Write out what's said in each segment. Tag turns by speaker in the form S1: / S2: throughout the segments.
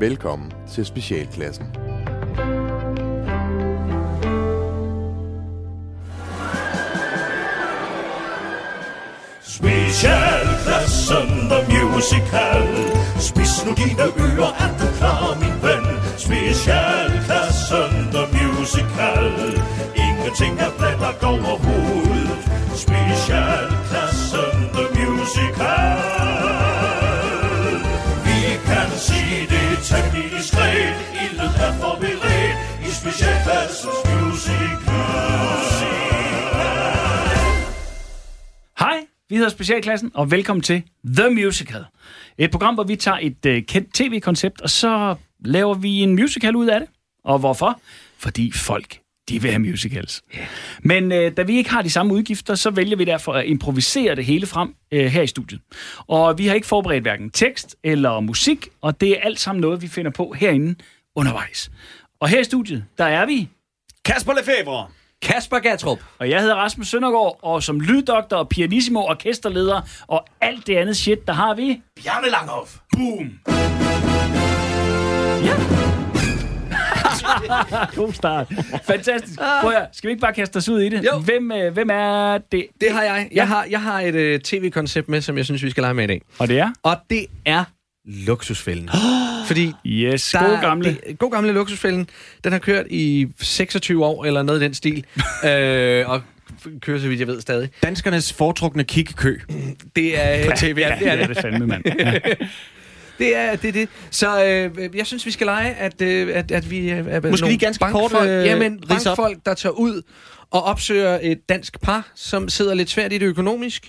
S1: Velkommen til Specialklassen.
S2: Specialklassen The Musical Spis nu dine ører, er du klar, min ven? Specialklassen The Musical Ingenting er blandt og overhovedet Specialklassen The Musical Vi kan sige det temmelig diskret Ildet er forberedt i specialklassens musical
S3: Hej, vi hedder Specialklassen, og velkommen til The Musical. Et program, hvor vi tager et øh, kendt tv-koncept, og så laver vi en musical ud af det. Og hvorfor? Fordi folk, de vil have musicals. Yeah. Men øh, da vi ikke har de samme udgifter, så vælger vi derfor at improvisere det hele frem øh, her i studiet. Og vi har ikke forberedt hverken tekst eller musik, og det er alt sammen noget, vi finder på herinde undervejs. Og her i studiet, der er vi
S4: Kasper Lefebvre.
S5: Kasper Gatrup.
S3: Og jeg hedder Rasmus Søndergaard, og som lyddoktor og pianissimo orkesterleder og alt det andet shit, der har vi...
S4: Bjarne Langhoff.
S3: Boom! Ja. God start. Fantastisk. Prøv at, høre, skal vi ikke bare kaste os ud i det?
S5: Jo.
S3: Hvem, øh, hvem er det?
S5: Det har jeg. Jeg har, jeg har et øh, tv-koncept med, som jeg synes, vi skal lege med i dag.
S3: Og det er?
S5: Og det er luksusfælden. Fordi
S3: Yes,
S5: der
S3: god
S5: er-
S3: gamle.
S5: Det, god gamle luksusfælden. Den har kørt i 26 år, eller noget i den stil. øh, og f- kører, så vidt jeg ved, stadig.
S4: Danskernes foretrukne kikkekø.
S5: Det er øh, tv.
S3: Ja,
S5: Ja, det er det.
S3: det fandme, mand. Ja.
S5: Det er det. Er det. Så øh, øh, jeg synes, vi skal lege, at, øh, at, at vi øh, er Måske
S4: lige ganske
S5: bankfolk,
S4: kort, øh,
S5: jamen,
S4: ridse op.
S5: bankfolk, der tager ud og opsøger et dansk par, som sidder lidt svært i det økonomisk.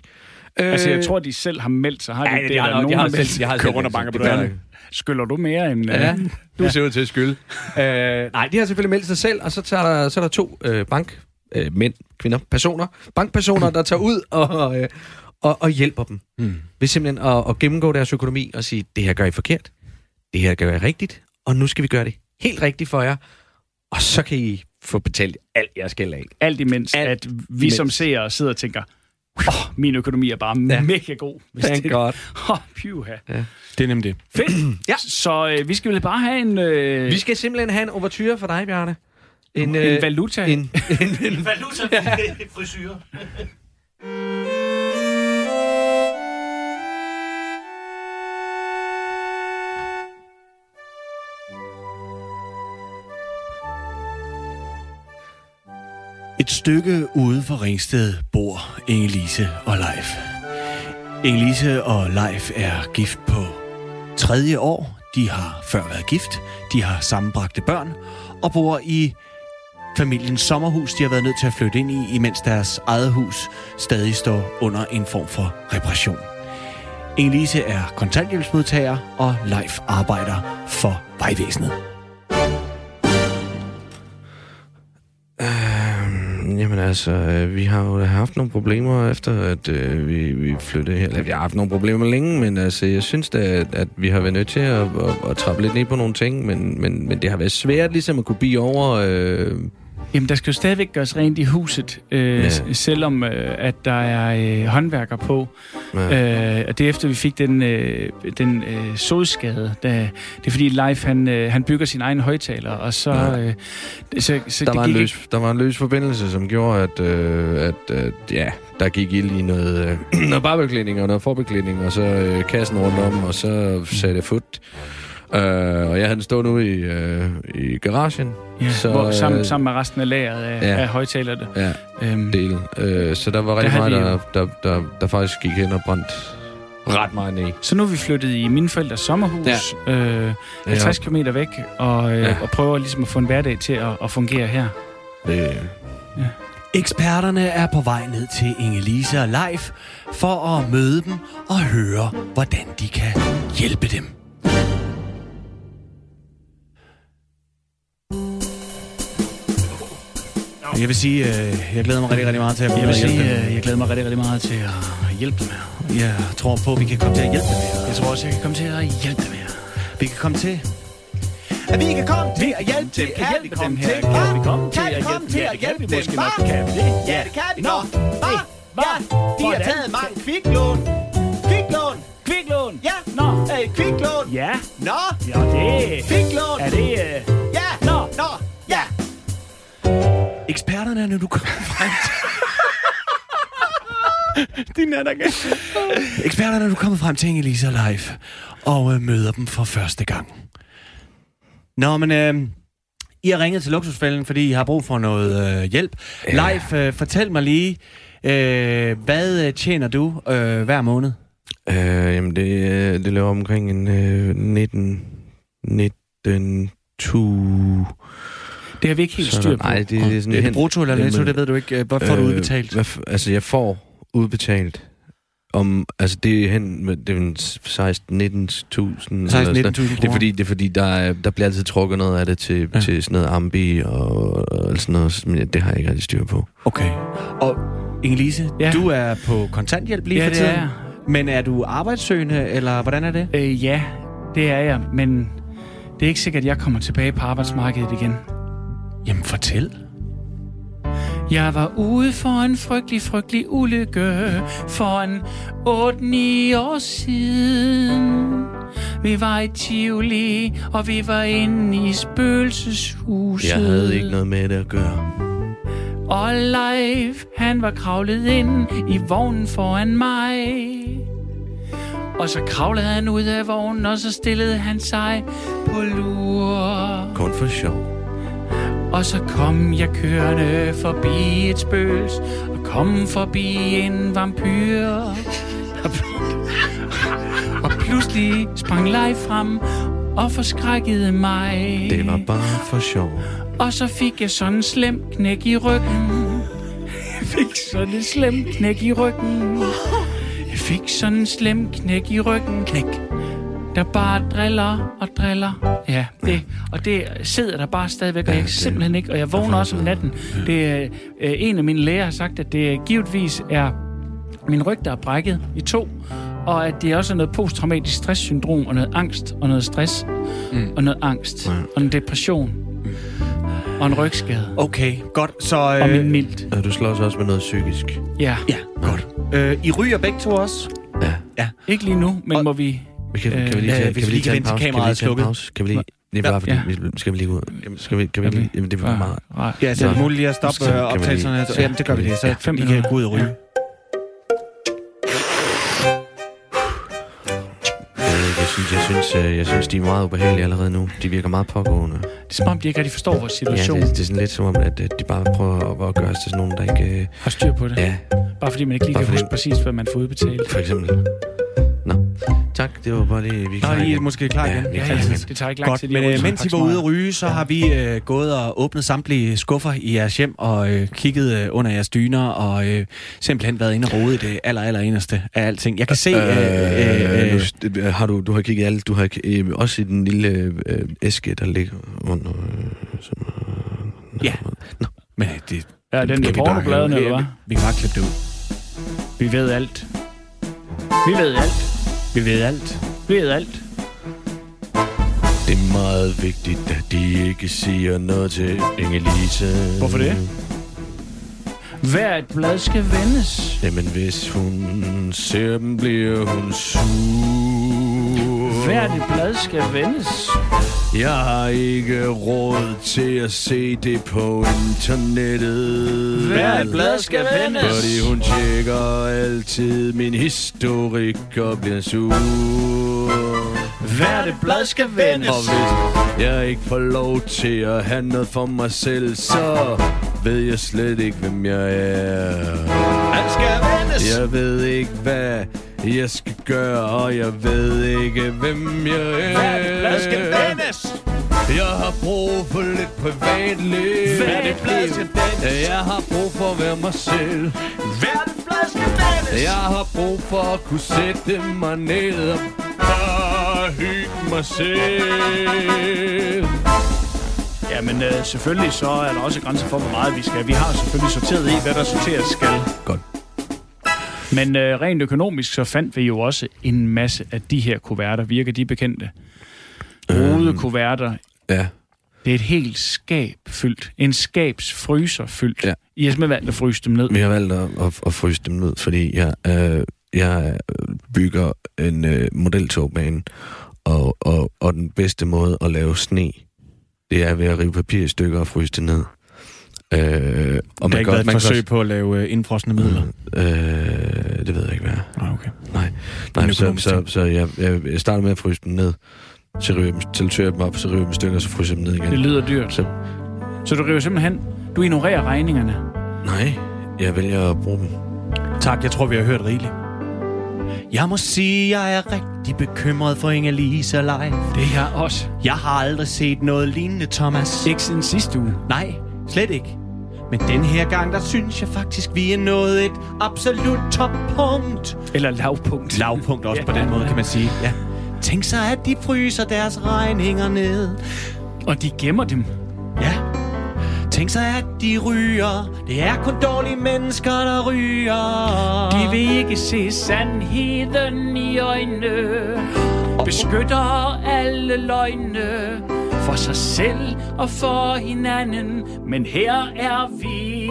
S5: Øh,
S3: Altså, jeg tror, de selv har meldt sig. Har de
S5: Ja,
S3: ikke
S5: det har
S3: Eller
S5: nok- de
S3: nogen
S5: har
S3: har
S5: selv-
S3: meldt sig?
S5: de har selv
S2: Altså,
S3: Kører
S5: meldt sig. Det gør
S3: bankerne. Skyller du mere end...
S5: Ja,
S3: øh,
S5: du ser ud til at skylde. Øh, nej, de har selvfølgelig meldt sig selv, og så, tager der, så er der to øh, bank, øh, mænd, kvinder, personer, bankpersoner, der tager ud og, øh, og, og hjælper dem. Mm. Ved simpelthen at, at gennemgå deres økonomi og sige, det her gør I forkert, det her gør I rigtigt, og nu skal vi gøre det helt rigtigt for jer, og så kan I få betalt alt jeres gæld af.
S3: Alt imens,
S5: Alt
S3: alt at vi imens. som seere sidder og tænker, åh, oh, min økonomi er bare ja.
S5: Ja.
S3: mega god. Hvis
S5: Thank
S3: det-
S5: God.
S3: Åh, pyha.
S4: Det er nemlig det.
S3: Fedt.
S5: Ja.
S3: Så øh, vi skal vel bare have en, øh,
S5: Vi skal simpelthen have en overture for dig, Bjarne. En, øh,
S3: en valuta.
S5: en, en, en
S4: Valuta frisyrer. Et stykke uden for Ringsted bor Inge-Lise og Leif. Inge-Lise og Leif er gift på tredje år. De har før været gift. De har sammenbragte børn og bor i familiens sommerhus, de har været nødt til at flytte ind i, imens deres eget hus stadig står under en form for reparation. Inge-Lise er kontanthjælpsmodtager, og Leif arbejder for vejvæsenet.
S5: Øhm, Jamen altså, øh, vi har jo haft nogle problemer efter, at øh, vi, vi flyttede her. Eller, Vi har haft nogle problemer længe, men altså, jeg synes da, at, at vi har været nødt til at, at, at trappe lidt ned på nogle ting. Men, men, men det har været svært ligesom at kunne blive over... Øh,
S3: Jamen, der skal jo stadigvæk gøres rent i huset, øh,
S5: Ja.
S3: ja. selvom øh, at der er øh, håndværker på. Ja. Øh, og det er efter, vi fik den, øh, den øh, sodskade. Da, det er fordi Leif, han, øh, han bygger sin egen højtaler, og så...
S5: Ja.
S3: Øh, så, så
S5: der,
S3: det
S5: var en
S3: gik
S5: løs, der var en løs forbindelse, som gjorde, at, øh, at øh, ja, der gik ild i noget, øh, noget barbeklædning og noget forbeklædning, og så øh, kassen rundt om, og så sagde det fut. Øh, og jeg havde den stået ude i, øh, i garagen.
S3: Ja,
S5: Så,
S3: så, hvor, sammen,
S5: øh,
S3: sammen med resten af lageret af,
S5: ja.
S3: ja. af højtalerne.
S5: Ja.
S3: Øhm,
S5: del. Øh, så der var rigtig
S3: havde
S5: meget,
S3: vi
S5: der, der, der, der faktisk gik hen og brændte ret meget ned.
S3: så nu er vi flyttet i mine forældres sommerhus, ja. øh, 50 km væk, og, øh,
S5: Ja.
S3: ja. og prøver ligesom at få en hverdag til at, at fungere her.
S5: Det,
S2: Eksperterne er på vej ned til Inge-Lise og Leif for at møde dem og høre, hvordan de kan hjælpe dem.
S4: Jeg vil sige, øh, jeg glæder mig rigtig, rigtig meget til at
S3: Jeg
S4: blive
S3: vil
S4: hjælpe
S3: sige,
S4: dem.
S3: øh, jeg glæder mig rigtig, rigtig meget til at hjælpe dig med.
S4: Jeg tror på, at vi kan komme til at hjælpe dem. her.
S3: Jeg tror også, jeg kan komme til at hjælpe dig med.
S4: Vi kan komme til. At vi kan komme til at hjælpe
S3: kan
S4: dem. Kan vi
S3: hjælpe
S4: komme
S3: dem
S4: til?
S3: her. Kan vi komme til
S4: Kan vi
S3: at
S4: komme
S3: hjælpe dem?
S4: til at
S3: Ja, det
S4: hjælpe
S3: kan vi
S4: dem?
S3: måske
S4: Hva?
S3: nok. Kan vi det?
S4: Ja, det kan vi godt. Hva?
S3: Hva?
S4: Ja, de har
S3: Hvordan?
S4: taget mange kviklån. Kviklån!
S3: Kviklån!
S4: Ja.
S3: Nå!
S4: Øh, kviklån!
S3: Ja!
S4: Nå!
S3: Ja, det Hey! Fik lån! Er det... Øh... Ja! Nå! Nå! Ja!
S4: Eksperterne er nu kommet frem til... Din er der ikke. Eksperterne er nu kommet frem til Inge Lisa Live og øh, møder dem for første gang. Nå, men øh, I har ringet til Luksusfælden, fordi I har brug for noget øh, hjælp. Ja. Leif, øh, fortæl mig lige, øh, hvad øh, tjener du øh, hver måned?
S5: Øh, jamen, det, øh, det laver omkring en øh, 19... 19... 20...
S3: Det har vi ikke helt styr på.
S5: Nej, det, det er sådan
S4: Det er det
S5: hen-
S4: brutto eller
S5: Jamen,
S4: netto, det ved du ikke. Øh, Hvad får øh, du
S5: Øh,
S4: udbetalt?
S5: Hvad, f- altså, jeg får udbetalt om, altså det er hen med det er en s- 16 19000
S4: 16-19.000
S5: Det er fordi, det er fordi der, er- der bliver altid trukket noget af det til, ja. til sådan noget ambi og, og sådan noget, men det har jeg ikke rigtig styr på.
S4: Okay. Og Inge-Lise,
S3: Ja.
S4: ja. du er på kontanthjælp lige
S3: Ja,
S4: for
S3: det
S4: tiden.
S3: er jeg.
S4: Men er du arbejdssøgende, eller hvordan er det?
S3: Øh, ja, det er jeg, men det er ikke sikkert, at jeg kommer tilbage på arbejdsmarkedet igen.
S4: Jamen, fortæl.
S3: Jeg var ude for en frygtelig, frygtelig ulykke for en 8-9 år siden. Vi var i Tivoli, og vi var inde i spøgelseshuset.
S5: Jeg havde ikke noget med det at gøre.
S3: Og live, han var kravlet ind i vognen foran mig. Og så kravlede han ud af vognen, og så stillede han sig på lur.
S5: Kun for sjov.
S3: Og så kom jeg kørende forbi et spøls Og kom forbi en vampyr Og pludselig sprang Leif frem og forskrækkede mig
S5: Det var bare for sjov.
S3: Og så fik jeg sådan en slem knæk i ryggen Jeg fik sådan en slem knæk i ryggen Jeg fik sådan en slem knæk i ryggen Knæk der bare driller og driller. Ja, det, og det sidder der bare stadigvæk, og jeg kan simpelthen ikke, og jeg vågner også om natten. Det, er, øh, en af mine læger har sagt, at det givetvis er min ryg, der er brækket i to, og at det også er noget posttraumatisk stresssyndrom, og noget angst, og noget stress, mm. og noget angst, og en depression, og en rygskade,
S4: Okay, godt. Så, øh,
S3: og min mildt.
S5: Og du slås også med noget psykisk.
S3: Ja,
S4: Ja, godt. Øh, I ryger begge to også?
S5: Ja.
S3: ikke lige nu, men
S4: Og-
S3: må vi...
S5: Kan, kan vi lige
S4: Øh,
S5: tage,
S4: hvis
S5: kan vi
S4: vi
S5: lige
S4: kan
S5: tage en
S4: vente til
S5: pause? Kan vi lige tage
S4: kameraet er
S5: en
S4: slukket.
S5: pause? Kan vi lige... Det er bare fordi,
S3: Ja.
S5: vi- skal vi lige gå ud? Jamen, Skal vi, kan vi
S3: Skal
S5: lige...
S3: vi?
S5: Jamen, det er meget...
S3: Ej,
S4: Ja, så
S5: Nå.
S4: er det muligt lige at stoppe
S5: Så kan
S4: øh,
S5: vi lige-
S4: optagelserne?
S5: ja.
S4: Så, jamen, det gør vi lige. Så
S3: Ja,
S4: ja,
S3: fem
S4: I kan
S3: minutter.
S4: gå ud og ryge.
S5: Jeg, ved ikke, jeg, synes, jeg, synes, øh, jeg synes, de er meget ubehagelige allerede nu. De virker meget pågående.
S3: Det er som om, de ikke rigtig forstår vores
S5: Ja,
S3: situation.
S5: det, det er sådan lidt som om, at øh, de bare prøver at gøre os til sådan nogen, der ikke... øh,
S3: Har styr på det.
S5: Ja,
S3: Bare fordi man ikke lige
S5: Bare
S3: kan
S5: fordi-
S3: huske præcis, hvad man får udbetalt.
S5: for eksempel. Nå, tak. Det var bare lige... Vi er
S4: Nå,
S5: klar
S4: I er
S5: igen.
S4: måske klar
S5: Ja,
S4: igen.
S5: vi er
S3: Ja,
S5: klar
S3: ja,
S5: igen.
S3: det, det tager ikke lang
S4: Godt,
S3: tid.
S4: men
S3: lige at
S4: øh,
S3: ryge
S4: mens I
S3: en
S4: var
S3: pakke
S4: ude at ryge, så har vi øh, gået og åbnet samtlige skuffer i jeres hjem og øh, kigget øh, under jeres dyner og øh, simpelthen været inde og rode i det aller, aller inderste af alting. Jeg kan se... Øh, øh,
S5: Øh,
S4: øh,
S5: nu- øh, har du, du har kigget alt, du har k- øh, også i den lille øh, æske, der ligger under... Øh, som, øh,
S4: Ja.
S5: Nå,
S4: men øh, det,
S3: Ja, den
S5: Kan
S3: med
S5: vi bare-
S3: pornobladene, eller hvad?
S4: vi kan bare klippe det ud.
S3: Vi ved alt. Vi ved alt.
S4: Vi ved alt.
S3: Vi ved alt.
S5: det er meget vigtigt, at de ikke siger noget til Inge-Lise.
S3: Hvorfor det? Hvert blad skal vendes.
S5: Jamen, hvis hun ser dem, bliver hun sur.
S3: Hvert et blad skal vendes.
S5: Jeg har ikke råd til at se det på internettet.
S3: Hvert blad skal vendes.
S5: Fordi hun tjekker altid min historik og bliver sur.
S3: Hvert et blad skal vendes.
S5: Og hvis jeg ikke får lov til at have noget for mig selv, så ved jeg slet ikke, hvem jeg er.
S3: Alt skal vendes.
S5: Jeg ved ikke, hvad jeg skal gøre, og jeg ved ikke, hvem jeg er.
S3: Blad skal
S4: Øh,
S3: vendes.
S5: Jeg har brug for lidt privatliv.
S3: Hvert et blad skal vendes.
S5: Jeg har brug for at være mig selv.
S3: Hvert et blad skal vendes.
S5: Jeg har brug for at kunne sætte mig ned og bare hygge mig selv.
S3: Jamen øh, selvfølgelig så er der også grænser for, hvor meget vi skal. Vi har selvfølgelig sorteret i, hvad der sorteres skal.
S5: Godt.
S3: Men øh, rent økonomisk, så fandt vi jo også en masse af de her kuverter. Virker de bekendte? Rode
S5: Øhm.
S3: kuverter.
S5: Ja.
S3: Det er et helt skab fyldt. En skabsfryser fyldt.
S5: Ja.
S3: I har simpelthen valgt at fryse dem ned.
S5: Vi har valgt at, at, at fryse dem ned, fordi jeg, øh, jeg bygger en øh, modeltogbane, Og, og, og den bedste måde at lave sne, det er ved at rive papir i stykker og fryse det ned. Øh, og
S4: Der har ikke været et
S5: man
S4: forsøg på at lave øh, indfrosne midler. Mm.
S5: Øh, det ved jeg ikke, hvad er.
S4: Nej, okay.
S5: Nej, Nej
S4: En
S5: så,
S4: økonomisk
S5: så,
S4: ting.
S5: så jeg, jeg, jeg starter med at fryse dem ned, så ryger jeg dem, så tør jeg dem op, så ryger jeg dem i stykker, og så fryser jeg dem ned igen.
S3: Det lyder dyrt.
S5: Så,
S3: Så du river simpelthen... Du ignorerer regningerne.
S5: nej, jeg vælger at bruge dem.
S4: Tak, jeg tror, vi har hørt rigeligt. Jeg må sige, jeg er rigtig bekymret for Inge-Lise Leif.
S3: Det er jeg også.
S4: Jeg har aldrig set noget lignende, Thomas.
S3: Ikke siden sidste uge.
S4: Nej, slet ikke. Men den her gang, der synes jeg faktisk, vi er nået et absolut toppunkt.
S3: Eller lavpunkt.
S4: Lavpunkt også
S3: Ja.
S4: på den måde, kan man sige. Ja. Tænk sig, at de fryser deres regninger ned.
S3: Og de gemmer dem.
S4: Ja. Tænk sig, at de ryger. Det er kun dårlige mennesker, der ryger.
S3: De vil ikke se sandheden i øjne. Beskytter alle løgne. For sig selv og for hinanden. Men her er vi.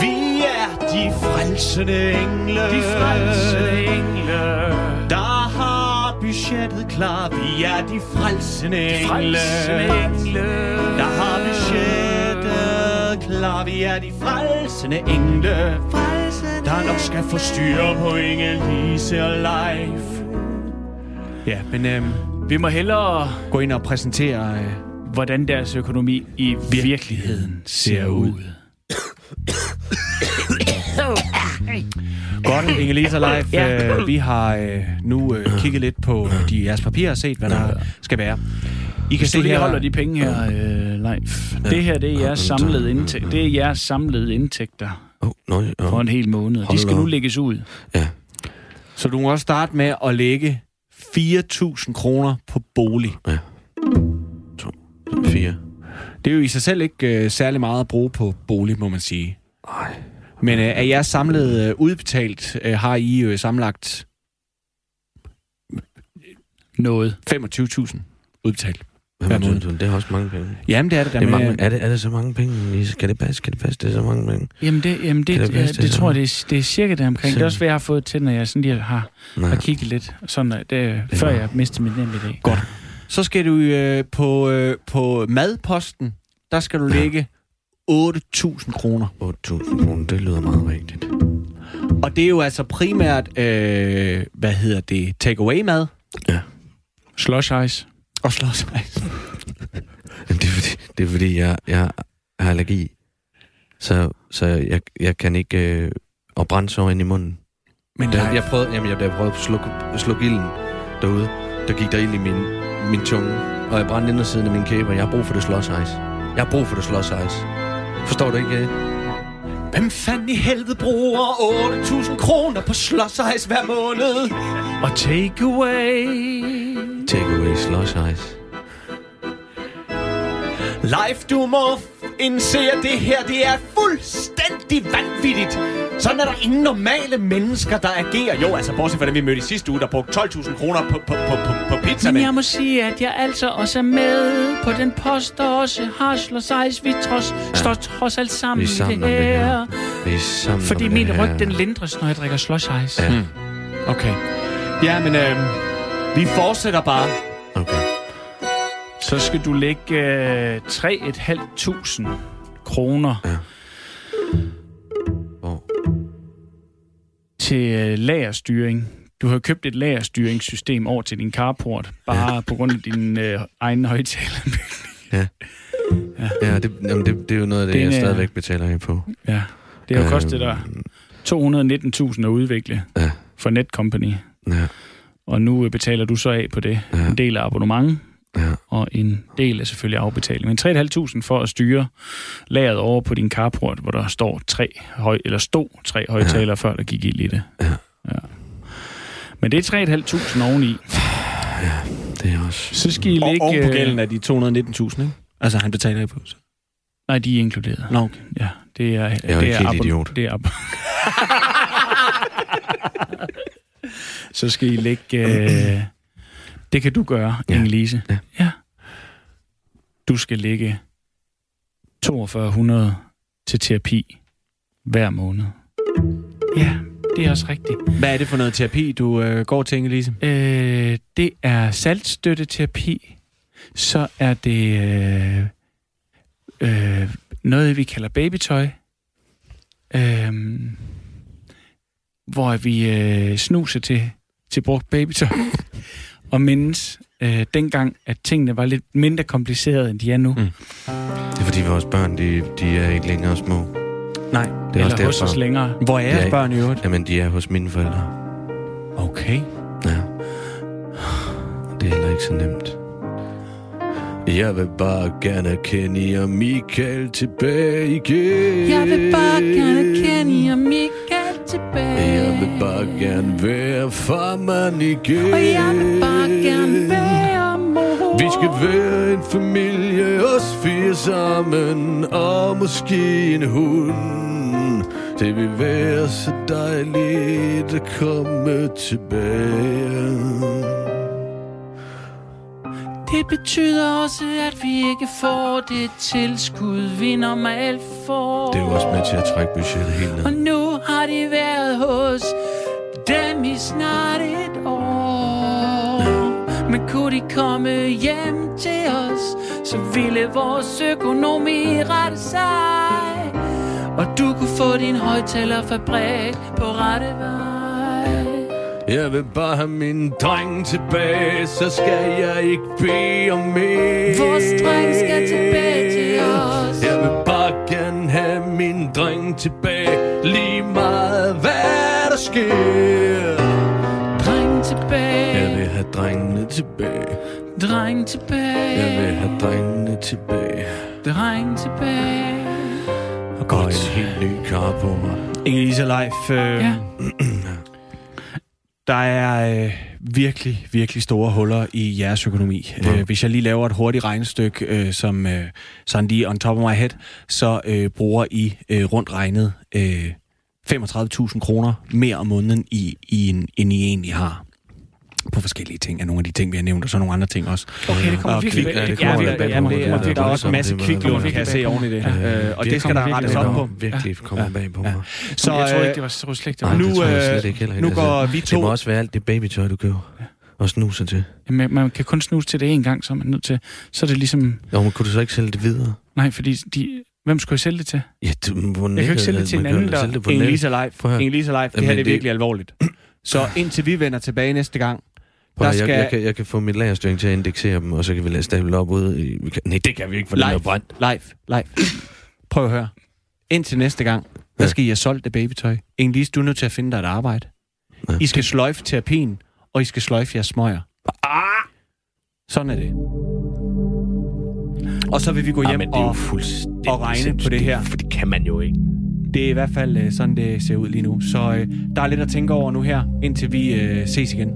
S4: Vi er de frelsende engle.
S3: De frelsede engle.
S4: Der har budgettet klar. Vi er de frelsende engle.
S3: Frelsmængle.
S4: Der har budgettet klar. Vi er de frelsende engle. Der nok skal få styr på Inge-Lise og Leif. Ja, men øhm,
S3: Vi må hellere,
S4: gå ind og præsentere... Øh,
S3: hvordan deres økonomi i virkeligheden ser ud.
S4: Godt, Inge-Lise og Leif. ja. øh, vi har øh, nu øh, kigget lidt på de jeres papirer og set, hvad der skal være. I kan
S3: Hvis du
S4: se
S3: lige
S4: her...
S3: holder de penge her, øh, Leif. Det her, det er jeres samlede, indtægt, det er jeres samlede indtægter
S5: Åh, oh, nej. Oh.
S3: for en hel måned. De
S5: Hold
S3: skal
S5: da
S3: nu
S5: op.
S3: lægges ud.
S5: Ja.
S4: Så du må også starte med at lægge 4.000 kroner på bolig.
S5: 4.
S4: Det er jo i sig selv ikke øh, særlig meget at bruge på bolig, må man sige.
S5: Nej.
S4: Men øh, af jeres samlede øh, udbetalt øh, har I øh, samlet
S3: Noget.
S4: 25.000 udbetalt.
S5: Hvad
S4: måned.
S5: måned? Det er også mange penge.
S4: Jamen, det er det der
S5: Det er,
S4: med...
S5: mange, er, det, er det så mange penge, Lise? Kan det passe? Kan det passe? Det er så mange penge.
S3: Jamen, det, jamen det,
S5: Kan
S3: det,
S5: det passe,
S3: det,
S5: det er
S3: det tror jeg,
S5: sådan?
S3: det er, det er cirka det omkring. Det er også, hvad jeg har fået til, når jeg sådan lige har,
S5: Nej.
S3: har kigget lidt, sådan, at det, før jeg mistede mit nem i dag.
S4: Godt. Så skal du øh, på, øh, på madposten, der skal du lægge 8.000 kroner.
S5: 8.000 kroner, det lyder meget rigtigt.
S4: Og det er jo altså primært, øh, hvad hedder det, takeaway-mad
S3: Slush ice.
S4: og slåsmad.
S5: Jamen, det er fordi, det er fordi jeg, jeg har allergi. Så, så jeg, jeg kan ikke... Øh, og brænde så ind i munden.
S4: Men
S5: Jeg,
S4: Leif,
S5: jeg prøvede, jamen, jeg, jeg prøvede at slukke, slukke ilden derude. Der gik der ild i min, min tunge, og jeg brændte indersiden af min kæber. Jeg har brug for det slås ice. Jeg har brug for det slås ice. Forstår du ikke?
S4: Hvem fanden i helvede bruger 8.000 kroner på slåsejs hver måned?
S3: Og take away.
S5: Take away slås ice.
S4: Life, du må f- indse, at det her det er fuldstændig vanvittigt. Sådan er der ingen normale mennesker, der agerer. Jo, altså bortset fra dem, vi mødte i sidste uge, der brugte 12.000 kroner på, på, på, på, på
S3: Men
S4: pizzerne.
S3: jeg må sige, at jeg altså også er med på den post, der også har slået sig. Vi trods, ja. står trods alt sammen,
S5: Vi er sammen om det her. Vi er sammen
S3: Fordi
S5: om
S3: min
S5: det her.
S3: ryg, den lindres, når jeg drikker slush ice.
S5: Ja.
S3: Ja.
S4: Okay. Ja, men øh, vi fortsætter bare.
S5: Okay.
S3: Så skal du lægge øh, 3.500 kroner ja.
S5: Hvor?
S3: til øh, lagerstyring. Du har købt et lagerstyringssystem over til din carport, bare ja. på grund af din øh, egen højtaler.
S5: Ja, det, jamen, det, det er jo noget af
S3: Den
S5: det, jeg
S3: er-
S5: stadigvæk betaler af på.
S3: Ja. Øh. Det har jo kostet dig
S5: Øhm,
S3: 219.000 at udvikle
S5: Ja.
S3: for Netcompany.
S5: Ja,
S3: Og nu øh, betaler du så af på det.
S5: Ja.
S3: En del af abonnement,
S5: ja.
S3: og en del er selvfølgelig afbetaling. Men 3.500 for at styre lageret over på din carport, hvor der står tre høj, eller stod tre højtalere, ja. før der gik ild i det. Ja. ja. Men det er 3.500 oveni.
S5: Det er også...
S3: Så skal I lægge... øh,
S4: af de 219.000, ikke? Altså, han betaler ikke på. Så.
S3: Nej, de er inkluderet.
S4: Nå, okay.
S3: Ja, det er...
S5: Jeg er jo
S3: det
S5: ikke helt
S3: abon-
S5: idiot.
S3: Det er ab- Så skal I lægge... Øh, det kan du gøre, ja.
S5: Ja.
S3: Inge-Lise.
S5: Ja.
S3: ja. Du skal lægge 4200 til terapi hver måned. Ja, Det er også rigtigt.
S4: Hvad er det for noget terapi, du øh, går til, Inge-Lise?
S3: Øh, det er saltstøtteterapi. Så er det øh, øh, noget, vi kalder babytøj. Øh, hvor vi øh, snuser til, til brugt babytøj. og mindes øh, dengang, at tingene var lidt mindre komplicerede, end de er nu. Mm.
S5: Det er fordi vores børn, de, de er ikke længere små.
S3: Nej,
S5: det er også
S3: eller hos
S5: derfor.
S3: os længere.
S4: Hvor er jeres
S5: Ja.
S4: børn i øvrigt?
S5: Jamen, de er hos mine forældre.
S4: Okay.
S5: Ja. Det er heller ikke så nemt. Jeg vil bare gerne kende og Michael tilbage igen. Jeg vil bare gerne kende og Michael tilbage. Jeg vil bare gerne være farmand igen. Og jeg vil bare gerne være mor. Vi skal være en familie, os fire sammen, og måske en hund. Det vil være så dejligt at komme tilbage.
S3: Det betyder også, at vi ikke får det tilskud, vi normalt får.
S5: Det er jo også med til at trække budgettet helt
S3: Og
S5: ned.
S3: nu har de været hos dem i snart et år. Men kunne de komme hjem til os, så ville vores økonomi rette sig. Og du kunne få din højtalerfabrik på rette vej.
S5: Jeg vil bare have min dreng tilbage, så skal jeg ikke bede om mere.
S3: Vores dreng skal tilbage til os.
S5: Jeg vil bare gerne have min dreng tilbage, lige meget hvad der sker.
S3: Dreng
S5: Jeg
S3: tilbage,
S5: vil have drengene tilbage.
S3: dreng
S5: Jeg vil
S3: tilbage,
S5: have drengene tilbage.
S3: dreng tilbage.
S5: Og en helt ny kar på mig.
S4: Inge-Lise og Leif, øh,
S3: Ja.
S4: ja. der er øh, virkelig, virkelig store huller i jeres økonomi. Ja. Øh, hvis jeg lige laver et hurtigt regnestykke, øh, som øh, sådan lige on top of my head, så øh, bruger I øh, rundt regnet øh, 35.000 kroner mere om måneden, i, i en, end I egentlig har på forskellige ting, af nogle af de ting, vi har nævnt, og så nogle andre ting også.
S3: Okay, det kommer
S4: Og
S3: virkelig bag-
S4: kvik- ja, det
S3: ja,
S4: kommer
S3: det-
S4: lidt bag
S3: ja,
S4: på mig.
S3: det er-
S4: Der er
S3: det er
S4: også en masse
S5: Virkelig
S4: kviklån,
S5: bag
S4: kan jeg
S3: på
S4: se
S3: mig.
S4: oven i det.
S3: Ja.
S4: Øh, Og det skal der
S3: kommer
S4: rettes
S3: virkelig
S4: op på.
S5: Virkelig kommer bag på mig.
S4: Så
S3: jeg troede ikke,
S4: øh,
S3: det var så slet
S5: Nej,
S4: nu,
S5: det tror jeg
S4: øh,
S5: slet ikke heller ikke.
S4: nu går vi
S5: Det må
S4: to
S5: også være alt det babytøj, du køber. Og snuser til.
S3: Man, man kan kun snuse til det én gang, så er man nødt til. Så er det ligesom...
S5: Jo, men kunne du så ikke sælge det videre?
S3: Nej, fordi de, hvem skulle jeg sælge det til?
S5: Ja, du, på nettet,
S3: Jeg kan jo ikke sælge det til en
S5: man kan jo
S3: anden, der-
S5: sælge det på
S4: Inge
S5: nettet.
S4: Lise Leif,
S5: Prøv at høre.
S4: Inge Lise Leif, det
S5: Jamen,
S4: her det er
S5: det-
S4: virkelig alvorligt. Så indtil vi vender tilbage næste gang,
S5: Prøv,
S4: der
S5: at høre, jeg,
S4: skal-
S5: jeg, kan, jeg kan få mit lagerstyring til at indeksere dem, og så kan vi lade stable op ude i... Vi kan, nej, det kan vi ikke, for den er
S4: Leif,
S5: brændt.
S4: Leif, Leif, prøv at høre. Indtil næste gang, der
S5: Ja.
S4: skal I have solgt det babytøj. Inge Lise, du er nødt til at finde dig et arbejde.
S5: Ja.
S4: I skal sløjfe terapien, og I skal sløjfe jeres smøger.
S5: Ah!
S4: Sådan er det. Og så vil vi gå hjem
S5: Jamen, Ah, det er jo
S4: og
S5: fuldstændig...
S4: og regne på
S5: sindssygt,
S4: det her.
S5: For det kan man jo ikke.
S4: det er i hvert fald øh, sådan, det ser ud lige nu. Så øh, der er lidt at tænke over nu her, indtil vi øh, ses igen.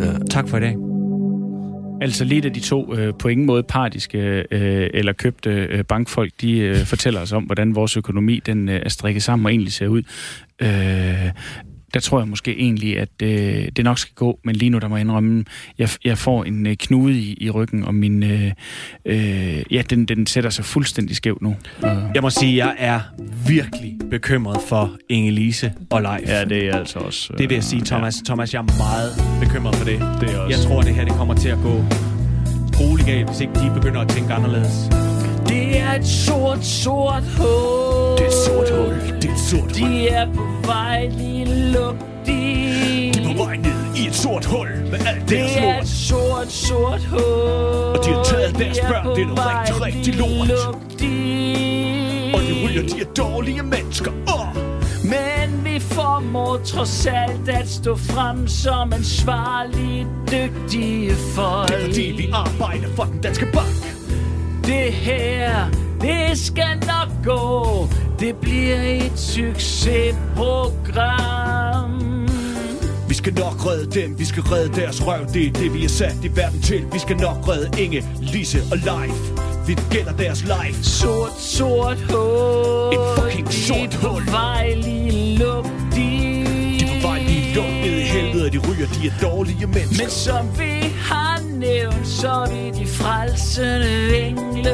S5: Ja.
S4: Tak for i dag.
S3: Altså lidt af de to øh, på ingen måde partiske øh, eller købte øh, bankfolk, de øh, fortæller os om, hvordan vores økonomi den, øh, er strikket sammen og egentlig ser ud. Øh, der tror jeg måske egentlig, at øh, det nok skal gå, men lige nu, der må jeg indrømme, jeg, jeg får en øh, knude i, i ryggen, og min, øh, øh, ja, den, den sætter sig fuldstændig skævt nu.
S4: Jeg må sige, at jeg er virkelig bekymret for Inge-Lise og Leif.
S3: Ja, det er altså også... Øh,
S4: Det vil jeg sige, Thomas. Thomas, jeg er meget bekymret for det.
S3: Det er også-
S4: Jeg tror, det her det kommer til at gå grueligt galt, hvis ikke de begynder at tænke anderledes.
S6: Det er et sort, sort hul.
S4: er et sort hul. Det er et sort hul.
S6: De er på vej, lige luk de.
S4: på vej ned i et sort hul med alt
S6: Det er et sort, sort hul.
S4: Og de har taget deres børn. Det er noget rigtig, rigtig lort.
S6: luk de.
S4: de er dårlige mennesker. Oh.
S6: Men vi formår trods alt at stå frem som ansvarlige, dygtige folk.
S4: arbejder for den danske bank.
S6: Det her, det skal nok gå. Det bliver et succesprogram.
S4: Vi skal nok redde dem, vi skal redde deres røv Det er det, vi er sat i verden til Vi skal nok redde Inge, Lise og Leif Vi gælder deres life
S6: Sort, sort hul.
S4: Et fucking sort
S6: De er
S4: hul.
S6: på vej, lige luk de.
S4: De er på vej lige lugt ned i helvede Og de ryger, de er dårlige mennesker
S6: Men som vi har nævnt, så er vi de frelsende engle.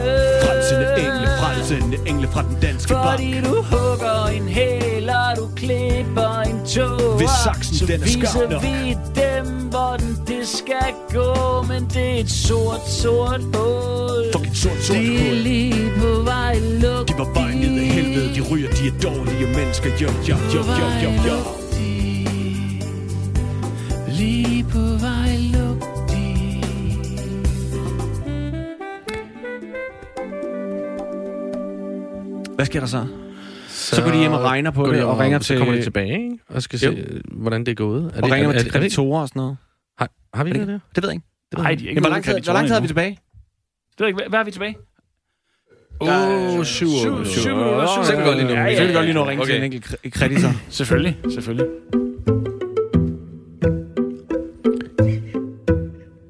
S4: Frelsende engle, frelsende engle fra den danske bank
S6: Fordi du hugger en hæl og før du klipper en tog
S7: Hvis saksen,
S6: Så
S7: den er skarp
S6: viser
S7: nok.
S6: vi dem, hvordan det skal gå Men det er et sort, sort hul
S7: Fucking sort, sort
S6: De er
S7: hul.
S6: lige på vej luk
S7: De var vej ned i helvede, de ryger, de er dårlige mennesker, jo, jo, jo, jo, jo, jo.
S6: Lige på vej luk
S4: Hvad sker der så? Så går de hjem og regner på det,
S5: hjem
S4: og ringer
S5: Så kommer de
S4: til-
S5: tilbage, ikke? Og skal
S4: Jo.
S5: se, øh, hvordan det er gået. Er
S4: Og ringer man til
S5: er, er, det-
S4: kreditorer og sådan noget?
S5: har, har vi
S4: Er
S5: ikke det?
S4: Det ved jeg ikke.
S3: Nej, de er ikke
S4: Jamen, hvor lang tid, hvor lang tid har vi
S3: tilbage?
S4: tilbage?
S3: Det ved jeg ikke. Hvad- Hvad har vi tilbage?
S5: Åh, oh, syv år.
S3: Syv minutter. syv
S5: Så kan vi godt lige nå.
S3: minutter. Ja,
S4: Så
S3: ja,
S4: kan vi godt lige nå at
S3: ja.
S4: ringe til
S5: Okay.
S4: en enkelt kre- kreditor.
S3: Selvfølgelig, selvfølgelig.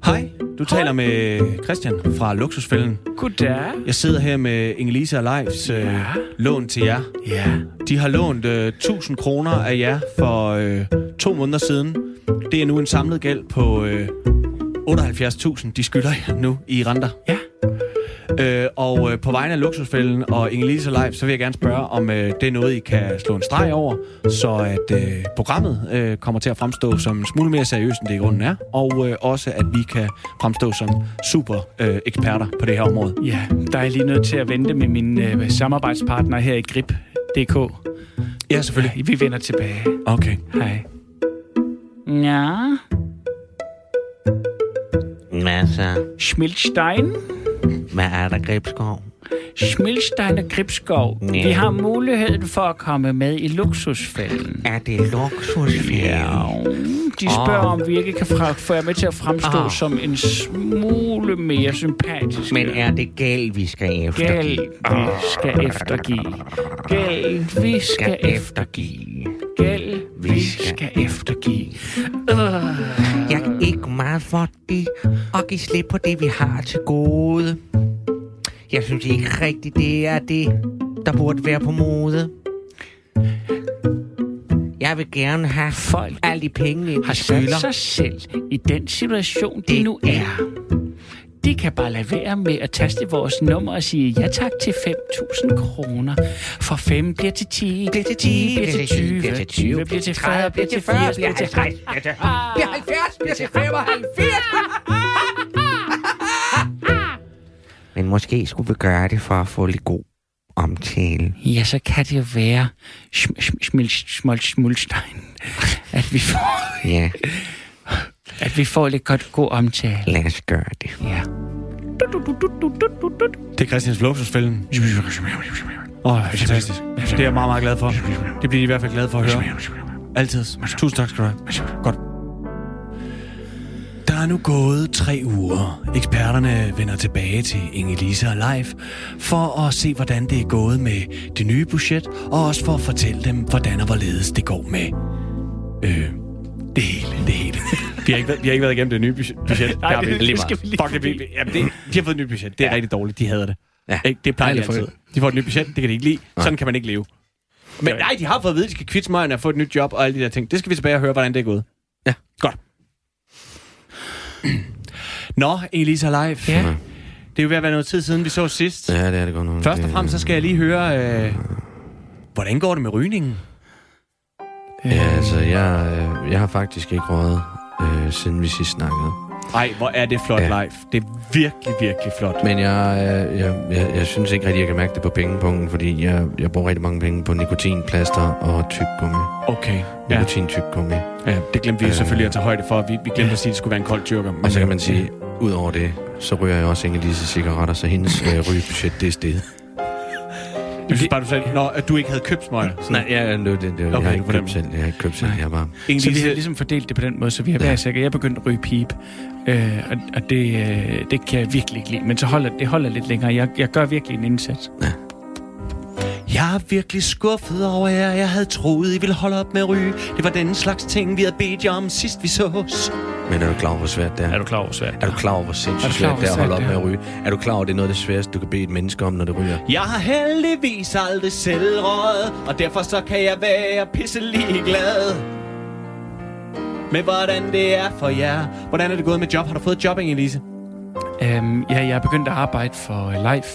S4: Hej, du taler med Christian fra Luksusfælden.
S3: Goddag.
S4: Jeg sidder her med Ingelise og Leifs øh, lån til jer.
S3: Ja.
S4: De har lånt øh, 1000 kroner af jer for øh, to måneder siden. Det er nu en samlet gæld på øh, 78.000, de skylder jer nu i renter.
S3: Ja.
S4: Øh, og øh, på vegne af Luksusfælden og Ingelise og Leif, så vil jeg gerne spørge, om øh, det er noget, I kan slå en streg over, så at øh, programmet øh, kommer til at fremstå som en smule mere seriøst, end det i grunden er, og øh, også at vi kan fremstå som super øh, eksperter på det her område.
S3: Ja, der er jeg lige nødt til at vente med min øh, samarbejdspartner her i Grip.dk.
S4: Ja, selvfølgelig.
S3: Vi vender tilbage.
S4: Okay.
S3: Hej. Ja.
S8: Masser.
S3: Schmilstein.
S8: Hvad er der Gribskov?
S3: Schmilstein og Gribskov.
S8: Ja.
S3: Vi har muligheden for at komme med i luksusfælden.
S8: Er det luksusfælde?
S3: De spørger, om vi ikke kan fra- få jer med til at fremstå
S8: Ah.
S3: som en smule mere sympatisk.
S8: Men er det gæld, vi skal
S3: Gæld,
S8: eftergive?
S3: vi skal eftergive. Gæld, vi skal eftergive. Gæld, vi skal eftergive.
S8: Jeg er ikke meget for det og give slip på det, vi har til gode. Jeg synes ikke rigtigt, det er det, der burde være på mode. Jeg vil gerne have
S3: Folk
S8: alle de penge, ind,
S3: har
S8: de
S3: sat
S8: skylder.
S3: sig selv i den situation, de
S8: Det
S3: nu er. De kan bare lade være med at taste vores nummer og sige ja tak til 5.000 kroner. For 5 bliver til 10,
S8: Bliver til 10,
S3: bliver til 20, bliver til 20, bliver til 30, bliver til 40, bliver til 50.
S8: bliver til 70, bliver til 75. Men måske skulle vi gøre det for at få lidt god omtale.
S3: Ja, så kan det jo være, sm- sm- smil- smol- Smulstein, at vi får,
S8: Ja,
S3: at vi får lidt godt god omtale.
S8: lad os gøre det.
S3: Ja.
S4: Det er Christians Luksusfælden. Åh, oh, fantastisk. Det er jeg meget, meget glad for. Det bliver de i hvert fald glade for at høre. Altid. Tusind tak skal du have. Godt. Der er nu gået tre uger. Eksperterne vender tilbage til Inge-Lise og Leif for at se, hvordan det er gået med det nye budget, og også for at fortælle dem, hvordan og hvorledes det går med øh, det hele. Det hele. Vi har, ikke, været- vi har ikke været igennem det nye budget. budget. Nej,
S3: det- det skal vi lige
S4: Fuck, det, vi, vi- jamen, det, de har fået et nyt budget. Det er ja. rigtig dårligt. De hader det.
S8: Ja.
S4: Ikke? Det plejer de
S5: Dejligt for
S4: altid. De får et nyt budget. Det kan de ikke lide. Sådan kan man ikke leve. Men nej, de har fået at vide, at de skal kvitte smøgerne og få et nyt job og alle de der ting. Det skal vi tilbage og høre, hvordan det er gået.
S5: Ja.
S4: Godt. Nå, Elisa Leif.
S3: Ja.
S4: Det er jo ved at være noget tid siden, vi så sidst.
S5: Ja, det er det godt nok.
S4: Først og fremmest, så skal jeg lige høre, øh, hvordan går det med rygningen?
S5: Ja, altså, jeg, øh, jeg har faktisk ikke røget, øh, siden vi sidst snakkede.
S4: Ej, hvor er det flot,
S5: Ja.
S4: ja. Leif. Det er virkelig, virkelig flot.
S5: Men jeg, øh, jeg, jeg, jeg synes ikke rigtig, jeg kan mærke det på pengepunkten, fordi jeg, jeg bruger rigtig mange penge på nikotinplaster og tyggegummi.
S4: Okay. Ja,
S5: Nikotin tyggegummi.
S4: ja det glemte vi
S5: Øh.
S4: øh, selvfølgelig at tage højde for. Vi, vi glemte at sige, at det skulle være en kold tyrker. øh,
S5: Og så kan man sige, ud over det, så ryger jeg også Inge-Lise cigaretter, så hendes øh, rygebudget, det er steget.
S4: Jeg synes bare, du sagde, Nå, at du ikke havde købt smøger.
S5: Nej, ja, det, det, det, okay, jeg
S4: Okay,
S5: har ikke
S4: på den
S5: købt selv. Jeg har ikke købt selv.
S3: Nej.
S5: Jeg har bare...
S3: Så vi har
S4: Inge-Lise,
S3: ligesom fordelt det på den måde, så vi har været sikker. Jeg er begyndt at ryge pipe, øh, og, og det, øh, det kan jeg virkelig ikke lide. Men så holder det holder lidt længere. Jeg, jeg gør virkelig en indsats.
S4: Jeg er virkelig skuffet over jer. Jeg havde troet, I ville holde op med at ryge. Det var den slags ting, vi havde bedt jer om sidst vi sås.
S5: Men er du klar over, hvor svært det er?
S3: Er du klar over svært?
S5: Er du klar over, hvor sindssygt
S3: Er du klar
S5: svært
S3: over,
S5: det er at
S3: hvor
S5: holde op
S3: svært
S5: med at ryge? Er du klar over, det er noget af det sværeste, du kan bede et menneske om, når det ryger?
S4: Jeg har heldigvis aldrig selv røget, og derfor så kan jeg være pisselig glad. Men hvordan det er for jer. Hvordan er det gået med job? Har du fået job, Inge-Lise?
S3: Øhm, ja, jeg er begyndt at arbejde for øh, Life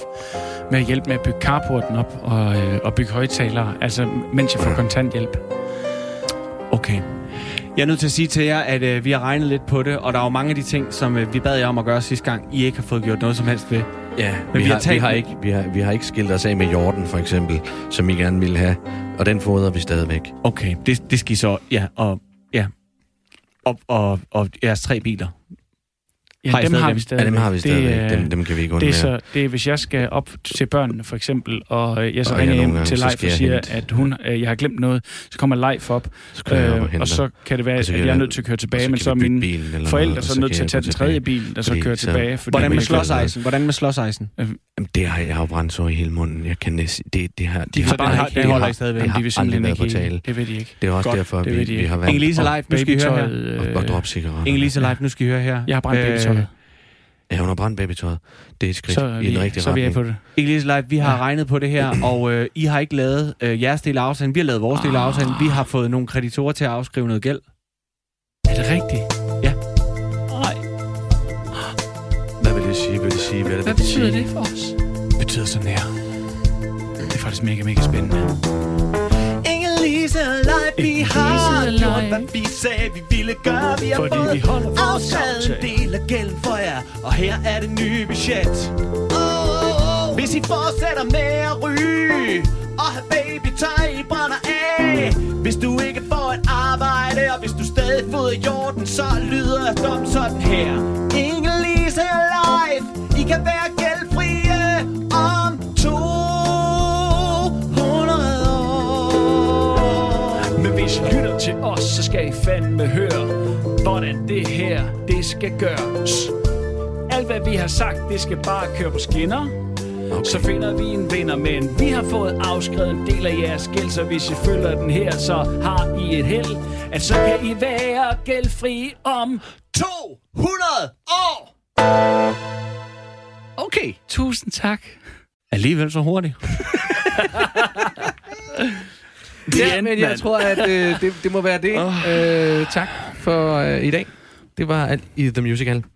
S3: med at hjælpe med at bygge carporten op og, øh, og bygge højtalere, altså mens jeg får kontanthjælp.
S4: Okay. Jeg er nødt til at sige til jer, at øh, vi har regnet lidt på det, og der er jo mange af de ting, som øh, vi bad jer om at gøre sidste gang, I ikke har fået gjort noget som helst ved.
S5: Ja, men
S4: vi
S5: vi,
S4: har
S5: har, vi,
S4: talt-
S5: har ikke, vi, har, vi har ikke skilt os af med Jorden, for eksempel, som I gerne ville have. Og den fodrer vi stadigvæk.
S4: Okay, det, det skal I så... Ja, og... Ja. Og, og, og jeres tre biler.
S3: Ja,
S4: Har I
S3: dem
S4: stadig
S3: har vi stadigvæk.
S5: Ja,
S4: dem?
S5: dem har vi stadigvæk.
S3: øh,
S5: dem, dem kan vi ikke
S3: Det er, så,
S5: undvære.
S3: det er, hvis jeg skal op til børnene, for eksempel, og øh, jeg så
S5: Og
S3: og
S5: jeg
S3: ringer
S5: nogle
S3: hjem
S5: gange,
S3: til
S5: så
S3: Leif
S5: skal
S3: og
S5: jeg
S3: siger,
S5: hente.
S3: at hun, øh, jeg har glemt noget, så kommer Leif op, øh,
S5: Så kører jeg op og henter.
S3: og så kan det være,
S5: Og
S3: at
S5: så kan
S3: jeg er
S5: jeg-
S3: nødt til at køre tilbage,
S5: så
S3: men
S5: kan
S3: så er
S5: vi bytte
S3: mine
S5: bilen eller noget,
S3: forældre
S5: og
S3: så
S5: så
S3: nødt
S5: kan
S3: til at tage
S5: jeg gå
S3: den tredje
S5: tilbage.
S3: bil, og så
S5: Fordi
S3: køre
S5: så-
S3: tilbage. Fordi
S4: Hvordan
S3: man
S4: med
S3: ikke-
S4: slåsejsen? Hvordan med slåsejsen?
S5: Jamen, det har jeg jo brændsår i hele munden. Jeg kan næsten... Det, det har, de
S3: vil bare ikke- det
S4: holder I
S5: det
S4: stadigvæk.
S5: har
S3: Jamen, de vil
S5: aldrig
S3: simpelthen
S5: været
S3: ikke
S5: på
S3: hele.
S5: tale.
S3: Det vil de ikke.
S5: Det er også
S4: Godt,
S5: derfor,
S3: det
S5: vi,
S3: ved de
S5: vi
S3: ikke.
S5: har valgt
S4: Inge-Lise Leif, nu skal I høre her. Øh,
S3: Babytøjet,
S5: at, at
S3: øh,
S5: droppe cigaretter.
S4: Inge-Lise Leif, nu skal I høre her.
S3: jeg har brændt babytøjet.
S5: Ja, hun har brændt babytøjet. Det er et skridt
S3: Så
S5: i den
S3: er vi,
S5: rigtige
S3: så er vi af
S5: retning.
S3: på det.
S4: Elias Leif, vi har ja. regnet på det her, og øh, I har ikke lavet øh, jeres del af aftalen. Vi har lavet vores del af aftalen. Vi har fået nogle kreditorer til at afskrive noget gæld.
S3: Er det rigtigt?
S4: Ja.
S3: Nej,
S5: Hvad vil det sige? Hvad vil det sige? Hvad,
S3: hvad betyder det for os?
S4: Det betyder sådan her.
S3: Det er faktisk mega, mega spændende.
S7: Inge-Lise Leif, vi har
S3: Inge-Lise
S7: gjort,
S3: Leif.
S7: hvad vi sagde, vi ville gøre. Vi har
S3: Fordi
S7: fået
S3: vi holder vores
S7: aftalt en
S3: aftale.
S7: del af gælden for jer. Og her er det nye budget. Oh, oh, oh. Hvis I fortsætter med at ryge, og have babytøj, I brænder af. Hvis du ikke får et arbejde, og hvis du stadig fået jorden, så lyder dom sådan her. Inge-Lise Leif, I kan være gældfrie om 200 år.
S6: Men hvis I lytter til os, så skal I fandme høre, hvordan det her, det skal gøres. Alt hvad vi har sagt, det skal bare køre på skinner. Okay. Så finder vi en vinder, men vi har fået afskrevet en del af jeres gæld, så hvis I følger den her, så har I et held, at så kan I være gældfri om
S7: 200 år!
S5: Okay.
S3: Tusind tak.
S4: Alligevel så hurtigt.
S5: Ja, men jeg tror, at øh, det, det må være det. Øh, tak for øh, i dag. Det var alt i The Musical.